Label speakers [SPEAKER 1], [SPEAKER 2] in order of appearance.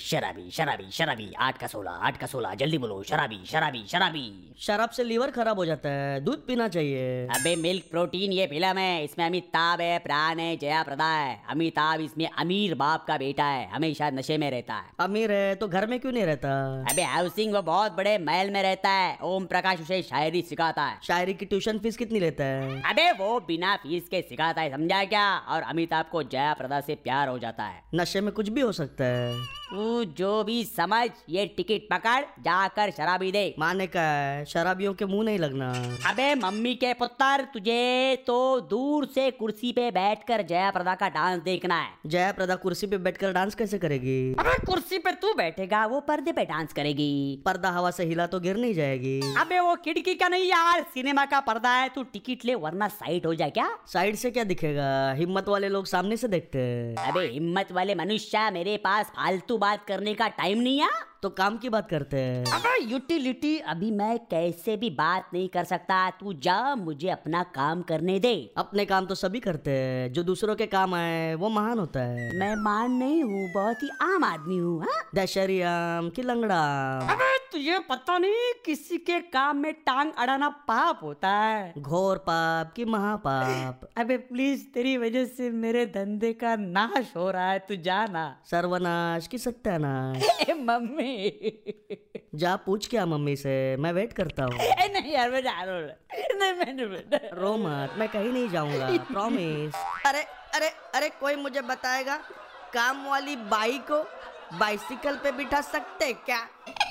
[SPEAKER 1] शराबी शराबी शराबी आठ का सोलह आठ का सोलह जल्दी बोलो शराबी शराबी शराबी
[SPEAKER 2] शराब से लीवर खराब हो जाता है दूध पीना चाहिए
[SPEAKER 1] अबे मिल्क प्रोटीन ये पिलम है इसमें अमिताभ है प्राण है जया प्रदा है अमिताभ इसमें अमीर बाप का बेटा है हमेशा नशे में रहता है
[SPEAKER 2] अमीर है तो घर में क्यों नहीं रहता
[SPEAKER 1] अबे हाउसिंग वो बहुत बड़े महल में रहता है ओम प्रकाश उसे शायरी सिखाता है
[SPEAKER 2] शायरी की ट्यूशन फीस कितनी लेता है
[SPEAKER 1] अबे वो बिना फीस के सिखाता है समझा क्या और अमिताभ को जया प्रदा से प्यार हो जाता है
[SPEAKER 2] नशे में कुछ भी हो सकता है
[SPEAKER 1] तू जो भी समझ ये टिकट पकड़ जाकर शराबी दे
[SPEAKER 2] माने का है शराबियों के मुंह नहीं लगना
[SPEAKER 1] अबे मम्मी के पुत्र तुझे तो दूर से कुर्सी पे बैठकर जया प्रदा का डांस देखना है
[SPEAKER 2] जया प्रदा कुर्सी पे बैठकर डांस कैसे करेगी
[SPEAKER 1] अबे कुर्सी पे तू बैठेगा वो पर्दे पे डांस करेगी
[SPEAKER 2] पर्दा हवा से हिला तो गिर नहीं जाएगी
[SPEAKER 1] अबे वो खिड़की का नहीं यार सिनेमा का पर्दा है तू टिकट ले वरना साइड हो जाए क्या
[SPEAKER 2] साइड से क्या दिखेगा हिम्मत वाले लोग सामने से देखते हैं
[SPEAKER 1] अबे हिम्मत वाले मनुष्य मेरे पास फालतू बात करने का टाइम नहीं है
[SPEAKER 2] तो काम की बात करते हैं
[SPEAKER 1] अबे यूटिलिटी अभी मैं कैसे भी बात नहीं कर सकता तू जा मुझे अपना काम करने दे
[SPEAKER 2] अपने काम तो सभी करते हैं जो दूसरों के काम आए वो महान होता है
[SPEAKER 1] मैं मान नहीं हूँ बहुत ही आम आदमी हूँ हाँ?
[SPEAKER 2] दशहरी आम की लंगड़ा आम।
[SPEAKER 1] अबे तुझे पता नहीं किसी के काम में टांग अड़ाना पाप होता है
[SPEAKER 2] घोर पाप की महापाप
[SPEAKER 1] अबे प्लीज तेरी वजह से मेरे धंधे का नाश हो रहा है तू जाना
[SPEAKER 2] सर्वनाश की सत्यानाश
[SPEAKER 1] ए मम्मी ए
[SPEAKER 2] जा पूछ क्या मम्मी से मैं वेट करता हूँ
[SPEAKER 1] नहीं यार मैं जा रहा हूँ नहीं मैं नहीं मैं-
[SPEAKER 2] रो मत मैं कहीं नहीं जाऊंगा प्रॉमिस अरे अरे अरे कोई मुझे बताएगा काम वाली बाई को बाइसिकल पे बिठा सकते क्या